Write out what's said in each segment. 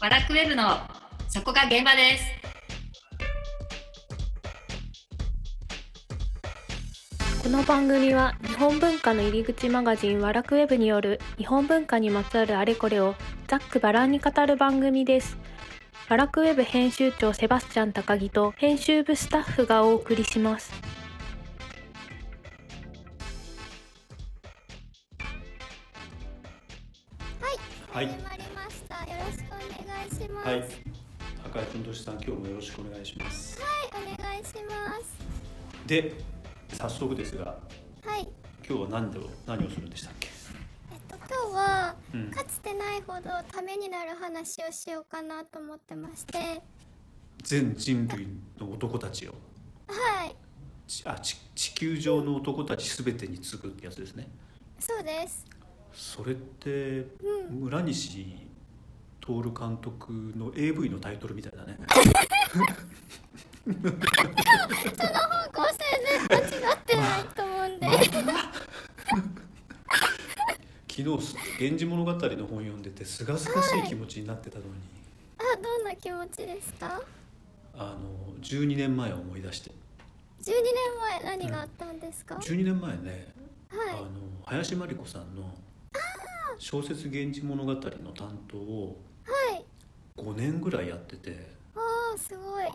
ワラクウェブのそこが現場です。この番組は日本文化の入り口マガジンワラクウェブによる日本文化にまつわるあれこれをざっくばらんに語る番組です。ワラクウェブ編集長セバスチャン高木と編集部スタッフがお送りします。はい、始まりました。よろしくお願いします。ははいい、、高井君としさん、今日もよろしくお願いします。お願いします。で、早速ですが、はい、今日は何でを何をするんでしたっけ？えっと今日は、うんかつてないほどためになる話をしようかなと思ってまして、全人類の男たちを、はい、ちあち地球上の男たちすべてにつくってやつですね。そうです。それってう村西徹監督の A.V. のタイトルみたいだね。方向性全然間違ってないと思うんで、昨日す源氏物語の本読んでて清々しい気持ちになってたのに、あ、どんな気持ちですかあの12年前を思い出して。 ？12年前何があったんですか？ 12年前ね。あはの林真理子さんの小説「源氏物語」の担当をい、はい、 5年ぐらいやっててあーすごい、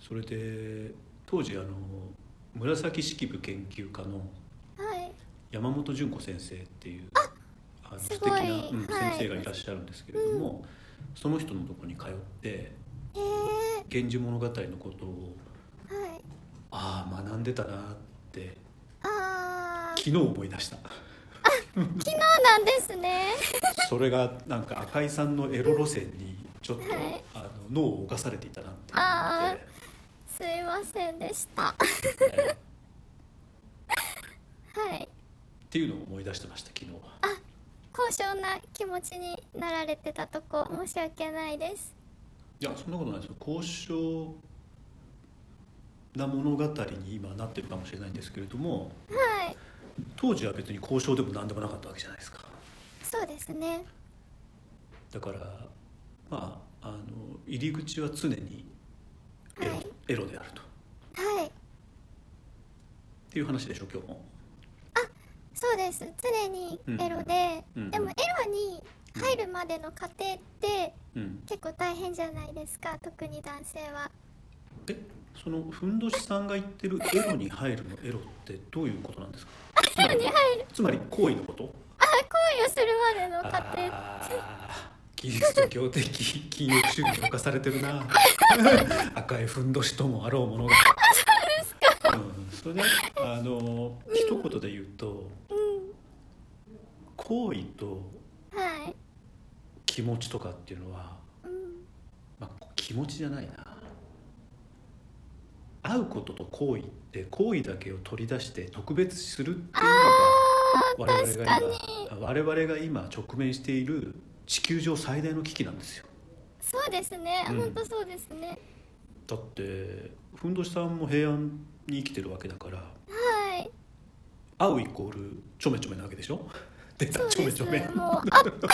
それで当時あの紫式部研究家のはい、山本純子先生っていうあのす素ごい敵な、うんはい先生がいらっしゃるんですけれども、その人のとこに通ってえー「源氏物語」のことを、はい、ああ学んでたなってあー昨日思い出した。昨日なんですね。それがなんか赤井さんのエロ路線にちょっと、はいあの脳を犯されていたなってあすいませんでした。は思って、えーい。っていうのを思い出してました昨日は高尚な気持ちになられてたとこ申し訳ないです。いやそんなことないですよ高尚な物語に今なってるかもしれないんですけれどもはい。当時は別に高尚でも何でもなかったわけじゃないですかそうですね。だからまああの入り口は常にエロ,、はいエロであるとっはい。ていう話でしょ今日もそうです。常にエロで、うんうんでもエロに入るまでの過程ってうん結構大変じゃないですか。特に男性は。えそのふんどしさんが言ってるエロに入るのエロってどういうことなんですかエロに入る。つまり行為のことあ、行為をするまでの過程。あーキリスト教的金融主義に侵されてる な赤いふんどしともあろうものがそうですか、うん、それであの一言で言うとう行為とん。はい。気持ちとかっていうのは、うん。まあ、気持ちじゃないな会うことと行為って行為だけを取り出して特別視するっていうのが我々確かにが。今我々が今直面している地球上最大の危機なんですよそうですね。うん本当そうですね。だってふんどしさんも平安に生きてるわけだからはい。会うイコールちょめちょめなわけでしょ出たそうちょでめす。ちょめもう、あ、 そこがちょっと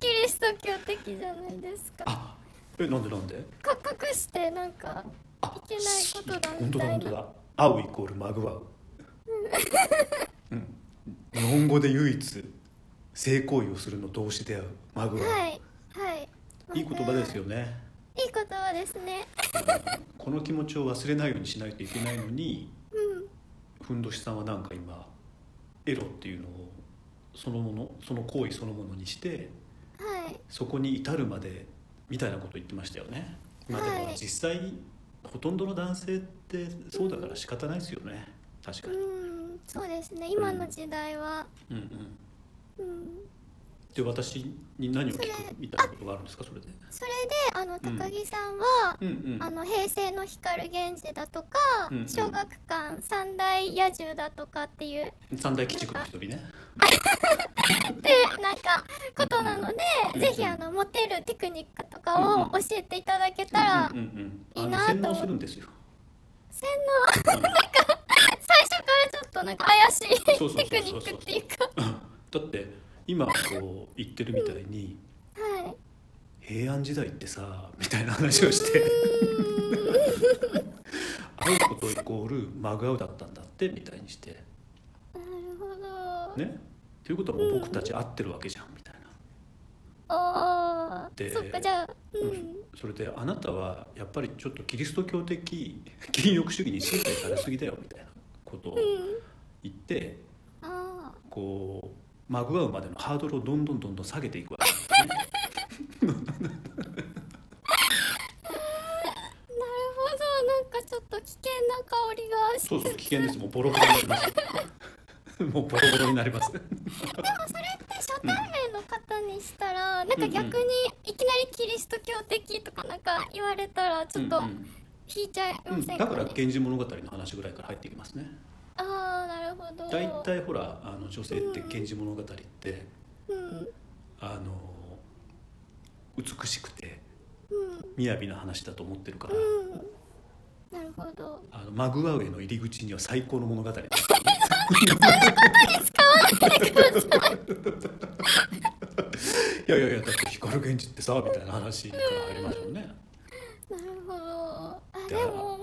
キリスト教的じゃないですか。あえなんでなんでか隠してなんかあいけないことだ本み当だたい本当な。だ会うイコールまぐわう、うん、日本語で唯一性行為をするの動詞であうまぐわう、はいはい。い、い言葉です。よねいい言葉ですね。この気持ちを忘れないようにしないといけないのにうん。ふんどしさんはなんか今エロっていうのをそのものその行為そのものにしてはい。そこに至るまでみたいなこと言ってましたよね、まあ、でもはい実際ほとんどの男性ってそうだから仕方ないですよね確かうに、ん。そうですね。今の時代は。うんうん、うん。で私に何を聞それくみたいなことがあるんですかそれでそれであの高木さんは。うんうあんの平成の光源氏だとか、うんうん小学館三大野獣だとかっ ていう三大鬼畜の一人ねってなんかことなので、ぜひあのモテるテクニックとかを教えていただけたら、うんうんいうんいあなの洗脳とするんですよ洗脳 なんか最初からちょっとなんか怪しそうそうそうそういテクニックっていうかだって今こう言ってるみたいにはい平安時代ってさみたいな話をして会うことイコールマグアウだったんだってみたいにしてるほど。ねということはもう僕たち会ってるわけじゃんみたいなああで。そっかじゃあ、うん。それであなたはやっぱりちょっとキリスト教的禁欲主義に心配されすぎだよみたいなことを言ってあこうまぐわうまでのハードルをどんどんどんどん下げていく わけですねあ。なるほど。なんかちょっと危険な香りがして。そうそう危険ですもうボロボロになります もうボロボロになり ますでもそれって初対面の方にしたら、なんか逆にいきなりキリスト教的とかなんか言われたらちょっとうんうん引いちゃいまうんせんだか、ねから「源氏物語」の話ぐらいから入っていきますねああなるほど大体ほらあの女性って「源氏物語」ってうんあの美しくてうん雅な話だと思ってるからなるほどあのマグワウェイの入り口には最高の物語ですいやいやいやだって光源氏ってさみたいな話から入りますよね、なるほどあでだからも、うん、う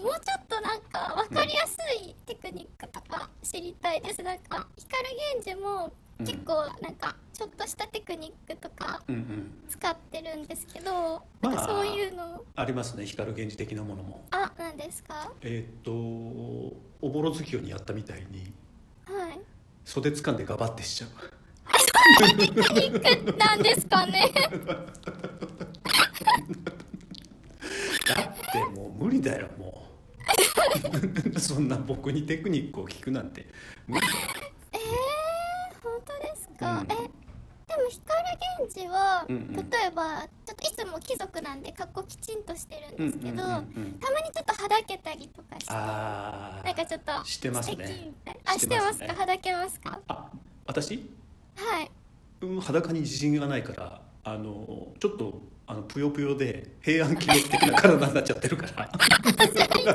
ん、もうちょっとなんか分かりやすいテクニックとか知りたいですなんか光源氏も結構なんかちょっとしたテクニックとかうんうん使ってるんですけど、まあなんかそういうのありますね光源氏的なものもあなんですかえーっとおぼろ月夜にやったみたいにはい袖掴んでガバってしちゃうなんですか ね。だってもう無理だよもう そんな僕にテクニックを聞くなんて無理だよえー、本当ですか。うんえ、でも光源氏は、うんうん例えばちょっといつも貴族なんで格好きちんとしてるんですけど、うんうんうんうんたまにちょっとはだけたりとかして、なあんかあちょっとしてますね素敵みたいなあ、ししててまますすねか。はだけますか。あ私はい。うん裸に自信がないからあのちょっとあのぷよぷよで平安記録的な体になっちゃってるからだ からだ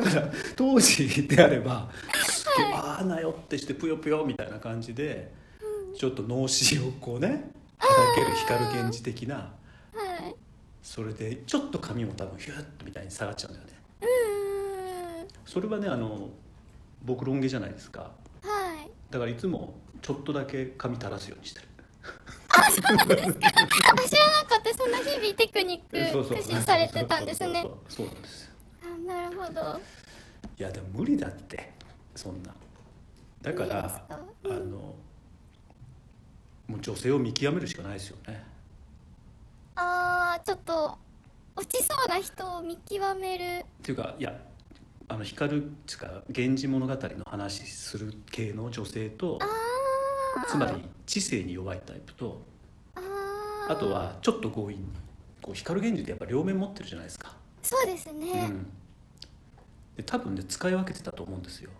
から当時であればすげえああなよってしてぷよぷよみたいな感じでちょっと脳死をこうねはだける光源氏的なはい。それでちょっと髪も多分ヒュッみたいに下がっちゃうんだよねうーん。それはねあの僕ロン毛じゃないですかはい。だからいつもちょっとだけ髪垂らすようにしてるあ、知らなかった。そんな日々テクニッそうクそう駆使されてたんですね。そうそうそうそうなんですあ、なるほど。いやでも無理だってそんなだからあ無理ですかうんのもう女性を見極めるしかないですよねあーちょっと落ちそうな人を見極めっるていうかいやあの光るつか「源氏物語」の話する系の女性とあーつまり知性に弱いタイプとあーあとはちょっと強引にこう光源氏ってやっぱ両面持ってるじゃないですか、そうですうね、ん、で多分ね使い分けてたと思うんですよ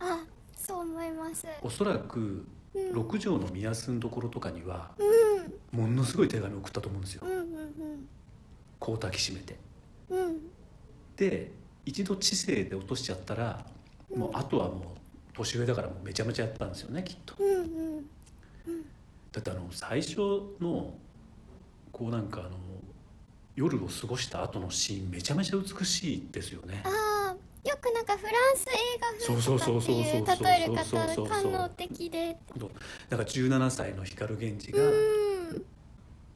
あそう思いますおそらくうん六条の宮安のところとかにはうんものすごい手紙を送ったと思うんですようんうんこう抱きしめてうんうんで一度知性で落としちゃったらもうあとはもう年上だからもうめちゃめちゃやったんですよねきっとうんうんだってあの最初のこうなんかあの夜を過ごした後のシーンめちゃめちゃ美しいですよねあーよくなんかフランス映画風とかっていうそうそうそうそうそう例えるそうそうそうそ方う官能的でだから17歳の光源氏が、うん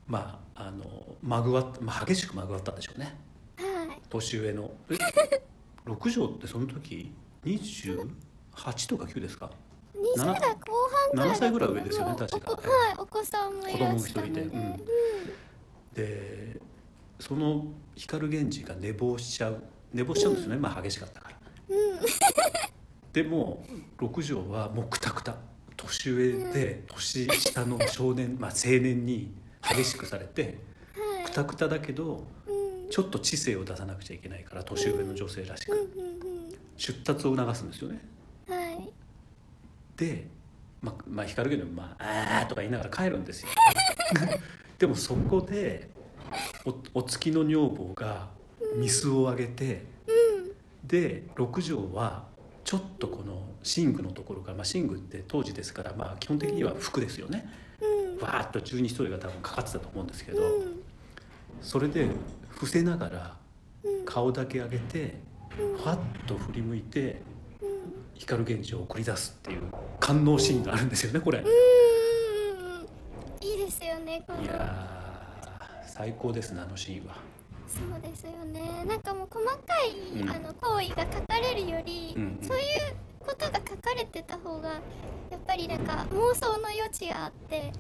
まああのまぐわっまあ、激しくまぐわったんでしょうねはい年上のえ六条ってその時28とか9ですか20代後半ぐらいだ7った歳ぐらい上ですよねもう確かお子はいお子さんもいらっ子しゃ供る一人でので、うんでその光源氏が寝坊しちゃう寝坊しちゃうんですよね、まあ激しかったから、でも六条はもうくたくた年上で年下の少年、まあ、青年に激しくされてくたくただけどちょっと知性を出さなくちゃいけないから年上の女性らしくうんうん出立を促すんですよねうんはいで、まあ、まあ光源氏も「まあ、あー」とか言いながら帰るんです よでもそこでおお月の女房がミスをあげて、で六条はちょっとこの寝具のところが、まあ、寝具って当時ですから、まあ、基本的には服ですよね、バーッと十二ストが多分かかってたと思うんですけど、うんそれで伏せながら顔だけ上げて、はっと振り向いて光源氏を送り出すっていう官能シーンがあるんですよねこれ。うんうんうんいいですよねこのいやー最高ですねあのシーンは。そうですよねなんかもう細かい、うんあの行為が書かれるより、うんうんそういうことが書かれてた方がやっぱりなんか妄想の余地があって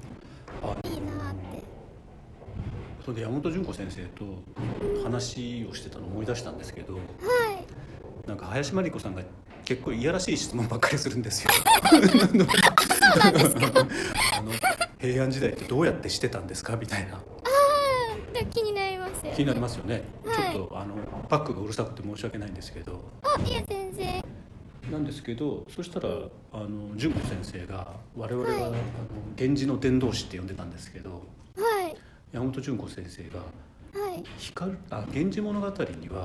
あいいなってそれで山本純子先生と話をしてたのを思い出したんですけどはいなんか林真理子さんが結構いやらしい質問ばっかりするん ですよ。 あの平安時代ってどうやってしてたんですかみたいなうんでも気になりますよ、ね、気になりますよね。はいちょっとあのバックがうるさくて申し訳ないんですけどあいや全然なんですけどそしたらあの純子先生が我々は、あの源氏の伝道師って呼んでたんですけどはい山本純子先生がはい光あ源氏物語には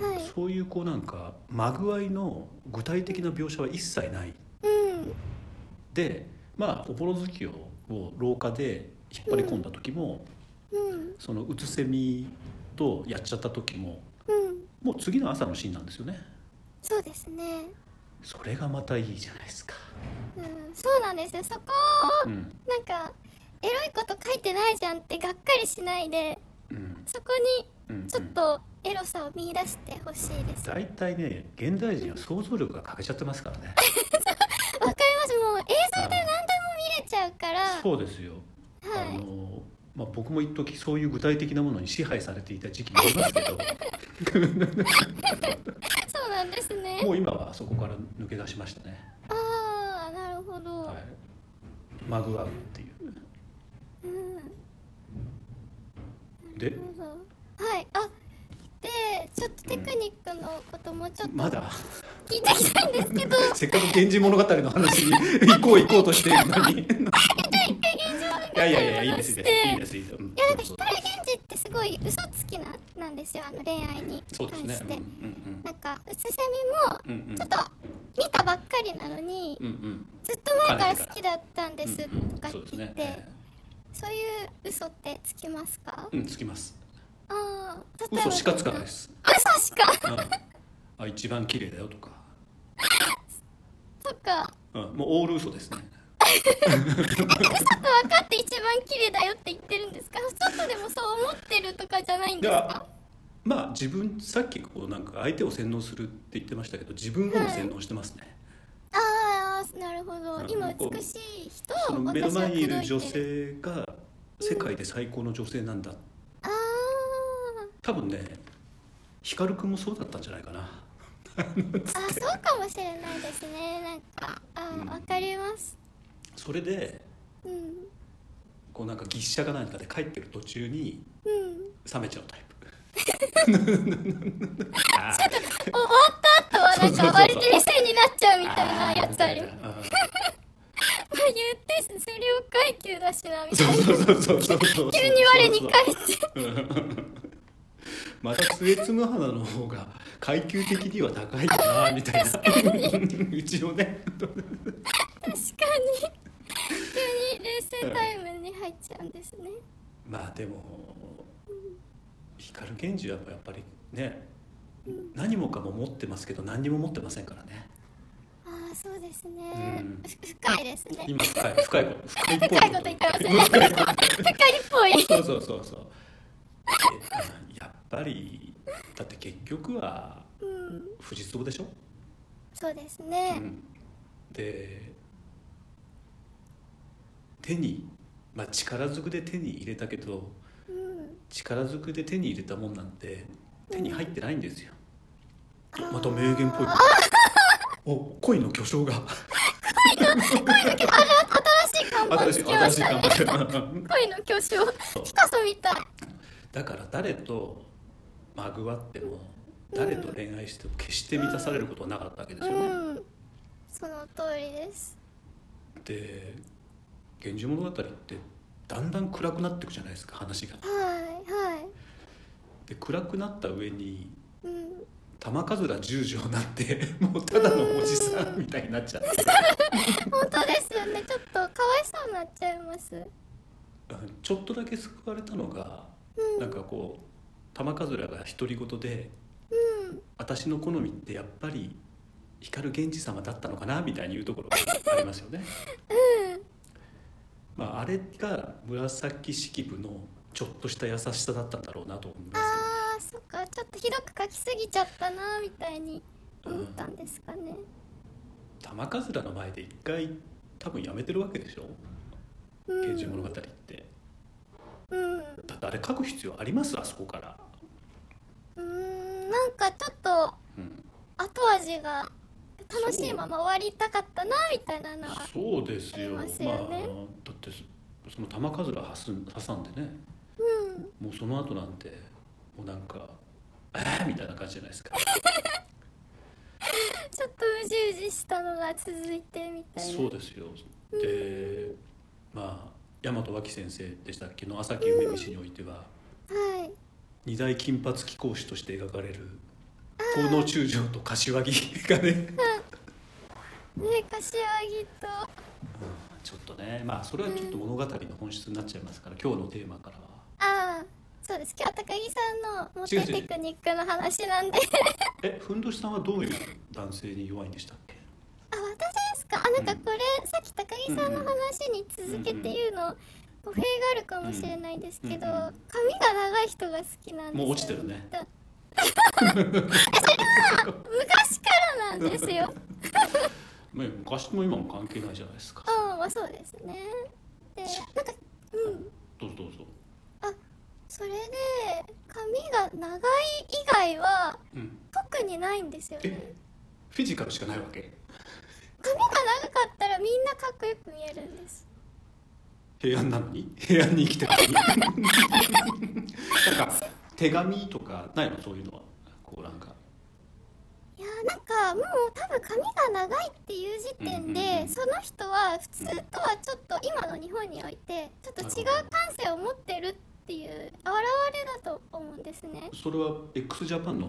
はいそういうこうなんかまぐわいの具体的な描写は一切ないうんでまあおぼろ月夜を廊下で引っ張り込んだ時も、うんそのうつせみとやっちゃった時もうんもう次の朝のシーンなんですよねそうですねそれがまたいいじゃないですか、うんそうなんですよそこをうんなんかエロいこと書いてないじゃんってがっかりしないでうんそこにうん、ちょっとエロさを見出してほしいです。わかり大体ね現代人は想像力が欠けちゃってますからねます。もう映像で何度も見れちゃうから。はそうですよ、あい。のまあ、僕も一時そういう具体的なものに支配されていた時期もありますけ どそうなんですね。もう今はそこから抜け出しましたね、ああ、なるほど。はい、まぐわうっていううん。なでるほど。はい。あ。で、ちょっとテクニックのこともちょっとまだ 聞いていきたいんですけど。せっかく「源氏物語」の話 に行こう行こうとしてるのにいやいやいやいいですいいですいいですいいです、うんいや、なんか光源氏ってすごい嘘つきな、なんですよ。あの恋愛にそ関うですねして。うんなんか、うつせうみも。んうんちょっと。見たばっかりなのに。うんうんずっと前から好きだったんですとかそうです言ねって、そういう嘘ってつきますか？うんつきますああ、例えば嘘しかつかないです、嘘しか うんあ一番綺麗だよとか、とか、うん、もうオール嘘ですねちょっと分かって一番綺麗だよって言ってるんですか？ちょっとでもそう思ってるとかじゃないんですか？まあ自分さっきこうなんか相手を洗脳するって言ってましたけど自分をも洗脳してますね、ああ、なるほどう。ん今こう美しい人そをの目私のは前にいる口女説いてる。性が世界で最高の女性なんだあ多分ね光くんもそうだったんじゃないかなあ、あそうかもしれないですね。なんか、あうんあ、わかります。それでうん、こうなんかぎっしゃかなんかで帰ってる途中にうん。冷めちゃうタイプ終わった後はなんか割と冷静になっちゃうみたいなやつあります。あーまあ言って数量階級だしなみたいなそうそうそうそうそう急に我に返ってまた末妻花の方が階級的には高いかなみたいなうちのね確かに急に冷静タイムに入っちゃうんですねまあでも光源氏はやっぱりね何もかも持ってますけど何にも持ってませんからねああそうですね、うんふ深いですね今深い深いこと深いっぽい深いこと言ってますね深いっぽいそうそうそうそう。えやっぱりだって結局はうん富士壺でしょ。そうですうね、ん、で手にまあ力ずくで手に入れたけどうん、力ずくで手に入れたもんなんて手に入ってないんですよ。また名言っ ぽい。お恋の巨匠が新新しい看板しついき新まししいたね看 板。恋の巨匠ピカソみたいだから誰とまぐわっても誰と恋愛しても決して満たされることはなかったわけですうよね。んその通りですで「源氏物語」ってだんだん暗くなっていくじゃないですか話が。はいはいで暗くなった上にうん玉数ら十条なんて もうただのおじさんみたいになっちゃって本当ですよねちょっとかわいそうになっちゃいますうんちょっとだけ救われたのが、なんかこう玉数らが独り言で、私の好みってやっぱり光源氏様だったのかなみたいに言うところがありますよね。まあ、あれが紫式部のちょっとした優しさだったんだろうなと思いますよ。あーそっかちょっとひどく書きすぎちゃったなみたいに思ったんですかね玉数らの前で一回多分やめてるわけでしょ「うん源氏物語」って。うんうだってあれ書く必要ありますあそこから。ーんなんかちょっとうん、後味が楽しいまま終わりたかったなみたいなのはそうですよありますよねまあだってそその玉数が挟ん挟んでねうんもうその後なんてもうなんか「えーみたいな感じじゃないですかちょっとうじうじしたのが続いてみたいなそうですよでまあ大和脇先生でしたっけの「朝木梅道」においては、はい二大金髪貴公子として描かれる東能中将と柏木がねね柏木とちょっとねまあそれはちょっと物語の本質になっちゃいますから今日のテーマからは。ああそうです今日は高木さんのモ違うテ違う違テうクニックの話なんでえふんどしさんはどういう男性に弱いんでしたっけ あ私ですかあなんかこれ、さっき高木さんの話に続けて言うの語弊があるかもしれないですけど、うんうん髪が長い人が好きなんですよもう落ちてるねだ それは昔からなんです よまあ昔も今も関係ないじゃないですかああまあそうですねでなんかうんどうぞどうぞそれで髪が長い以外はうん特にないんですよねえフィジカルしかないわけ髪が長かったらみんなかっこよく見えるんです平安なのに平安に生きてるのになんか手紙とかないのそういうのはこうなんかいやーなんかもう多分髪が長いっていう時点で、うんうんうんその人は普通とはちょっと今の日本においてちょっと違う感性を持ってるっていう現れだと思うんですねそれは x ジャパンの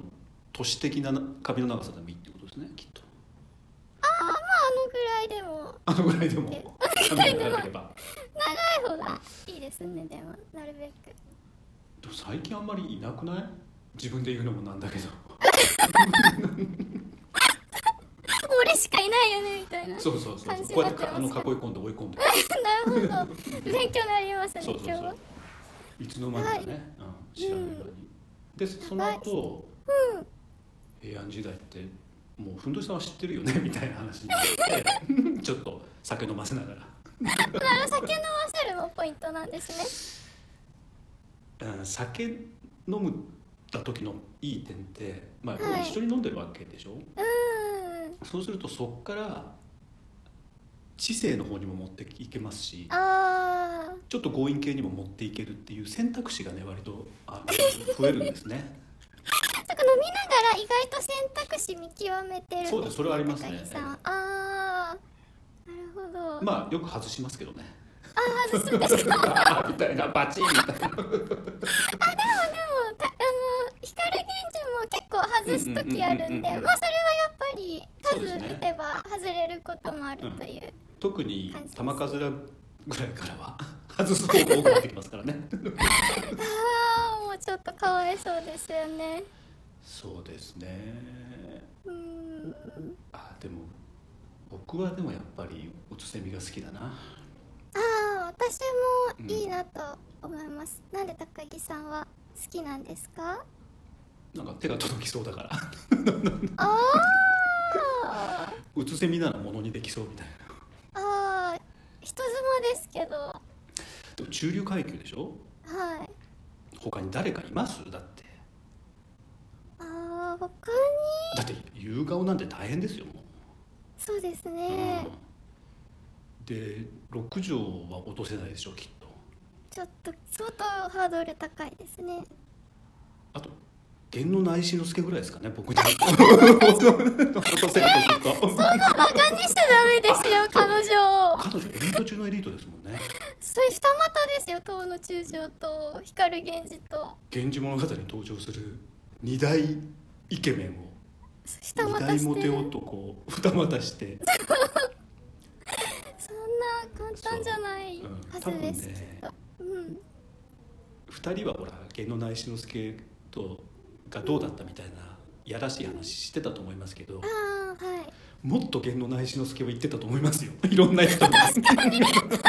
都市的な髪の長さでもいいってことですねきっとああまああのぐらいでもあのぐらいでも髪が長ければ長い方がいいですねでもなるべくでも最近あんまりいなくない自分で言うのもなんだけど俺しかいないよねみたいな そうそうそう感そじうにこうなやっっててますあの囲い込んで追い込んでなるほど勉強になりますねそう今そうそ日うはいつの間にかね、うん、知らない間に、でその後、平安時代ってもうふんどしさんは知ってる よねみたいな話になってちょっと酒飲ませながあの酒飲ませるもポイントなんですねら、うん、酒飲むた時のいい点って、まあはい一緒に飲んでるわけでしょうーんそうするとそっから知性の方にも持っていけますしあちょっと強引系にも持っていけるっていう選択肢がね割とあの増えるんですね。 ーそっか飲みながら意外と選択肢見極めてるんそうですそれはありますね高木さんあーなるほど、まあよく外しますけどね。ああみたいなバチンみたいな。でもたあの光源氏も結構外す時あうるんでんうんうんうんうんまあそれはやっぱりそうです数ね打てば外れることもあるという特に玉数らぐらいからは外す方が多くなってきますからね。ああもうちょっとかわいそうですよねそうですね。うーんあでも僕はでもやっぱりうつせみが好きだな。ああ私もいいなと思います、なんで高木さんは好きなんですかなんか手が届きそうだから。ああうつせみならものにできそうみたいな。ああ人妻ですけどはでも中流階級でしょ。い他に誰かいますだって。ああ他にだって夕顔なんて大変ですよもう。そうですうんね、で六条は落とせないでしょきっと。ちょっと相当ハードル高いですねあと源の内之助ぐらいですかね僕に落とせるとするとバカにしちゃダメですよ彼女を彼女エリート中のエリートですもんねそれ二股ですよ遠野中将と光源氏と「源氏物語」に登場する二大イケメンを二二股大モしてテる男を二股して、そんな簡単じゃないうんは多ず分ですけねど、うんうん2人はほら源内志之助とがどうだったみたいなやらしい話してたと思いますけど、ああはいもっと源内志之助は言ってたと思いますよ いろんな人に確かにみんな知り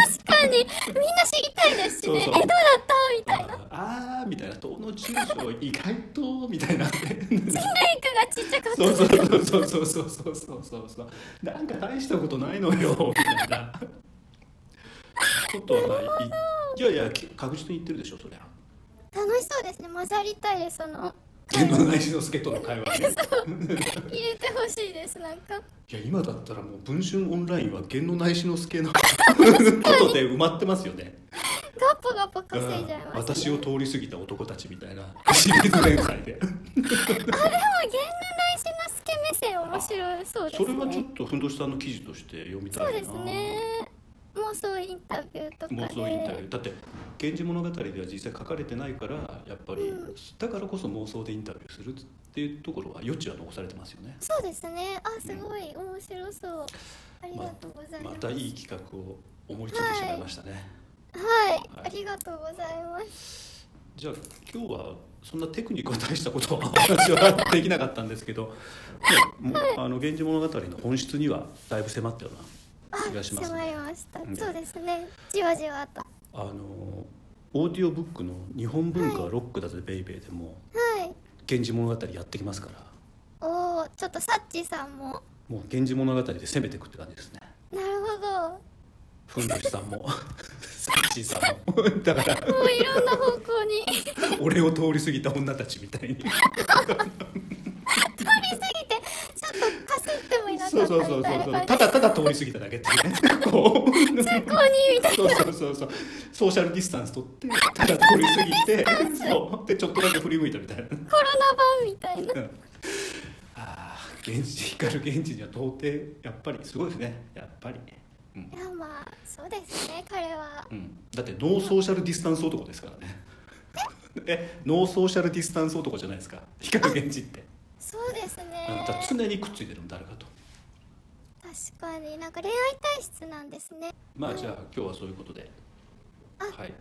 たいですしそうそうねえどうだったみたいなあーみたいな「東の中将意外と」みたいな メイクがちっちゃかったそうそうそうそうそうそうそうそうそうなんか大したことないのよみたいなことはまあいいやいやき確実に言ってるでしょそりゃ楽しそうですね混ざりたいですその源内志之助との会話ね入れてほしいですなんかいや今だったらもう「文春オンライン」は源内志之助のことで埋まってますよねガポガポ稼いじゃいます、ね、私を通り過ぎた男たちみたいなシリーズ連載ででも源内志之助目線面白いそうですそねれはちょっとふんどしさんの記事として読みたそういでなすね妄想インタビューとかで妄想インタビューだって「源氏物語」では実際書かれてないからやっぱり、うんだからこそ妄想でインタビューするっていうところは余地は残されてますよねそうですねあすごい面白そう、ありがとうございま、ますたいい企画を思いついてしまいましたね、はい、はいありがとうございますじゃあ今日はそんなテクニックは大したことは私はできなかったんですけど、ねもうあの源氏物語の本質にはだいぶ迫ったような気がします、迫りました、うんそうですねじわじわとはあのオーディオブックの「日本文化はロックだぜベイベー」でもい「源氏物語」やってきますからおおちょっとサッチさんももう「源氏物語」で攻めていくって感じですねなるほふんどしさんも サッチーさんもだからどもういろんな方向に通り俺を通り過ぎた女たちみたいに過ぎてちょっとかすってもいなかったそうそうそうみそうたいそうなた感だただ通り過ぎただけっていうね こうじここにみたいそうそうそうそうソーシャルディスタンス取ってただ通り過ぎてそうでちょっとだけ振り向いたみたいななコロナ版みたいなうんああ現地光る現地には到底やっぱりすごいですねやっぱりうん、いやまあそうですね彼はうん、だってノーソーシャルディスタンス男ですからね えノーソーシャルディスタンス男じゃないですか光る現地って、そうですねうん、だから常にくっついてるの誰かと確かになんか恋愛体質なんですねまあじゃあ今日はそういうことであはい、はい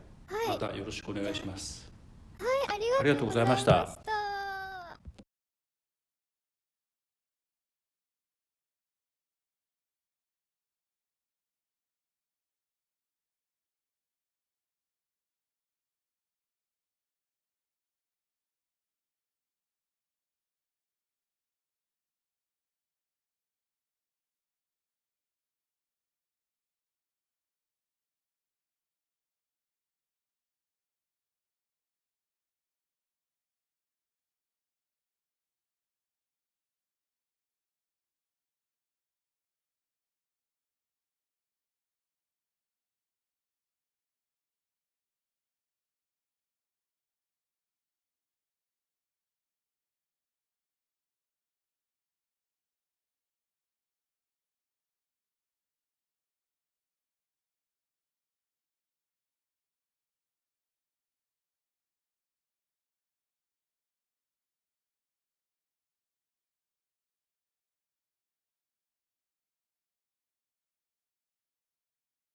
またよろしくお願いしますはいあありりががととううごござざいいままししたた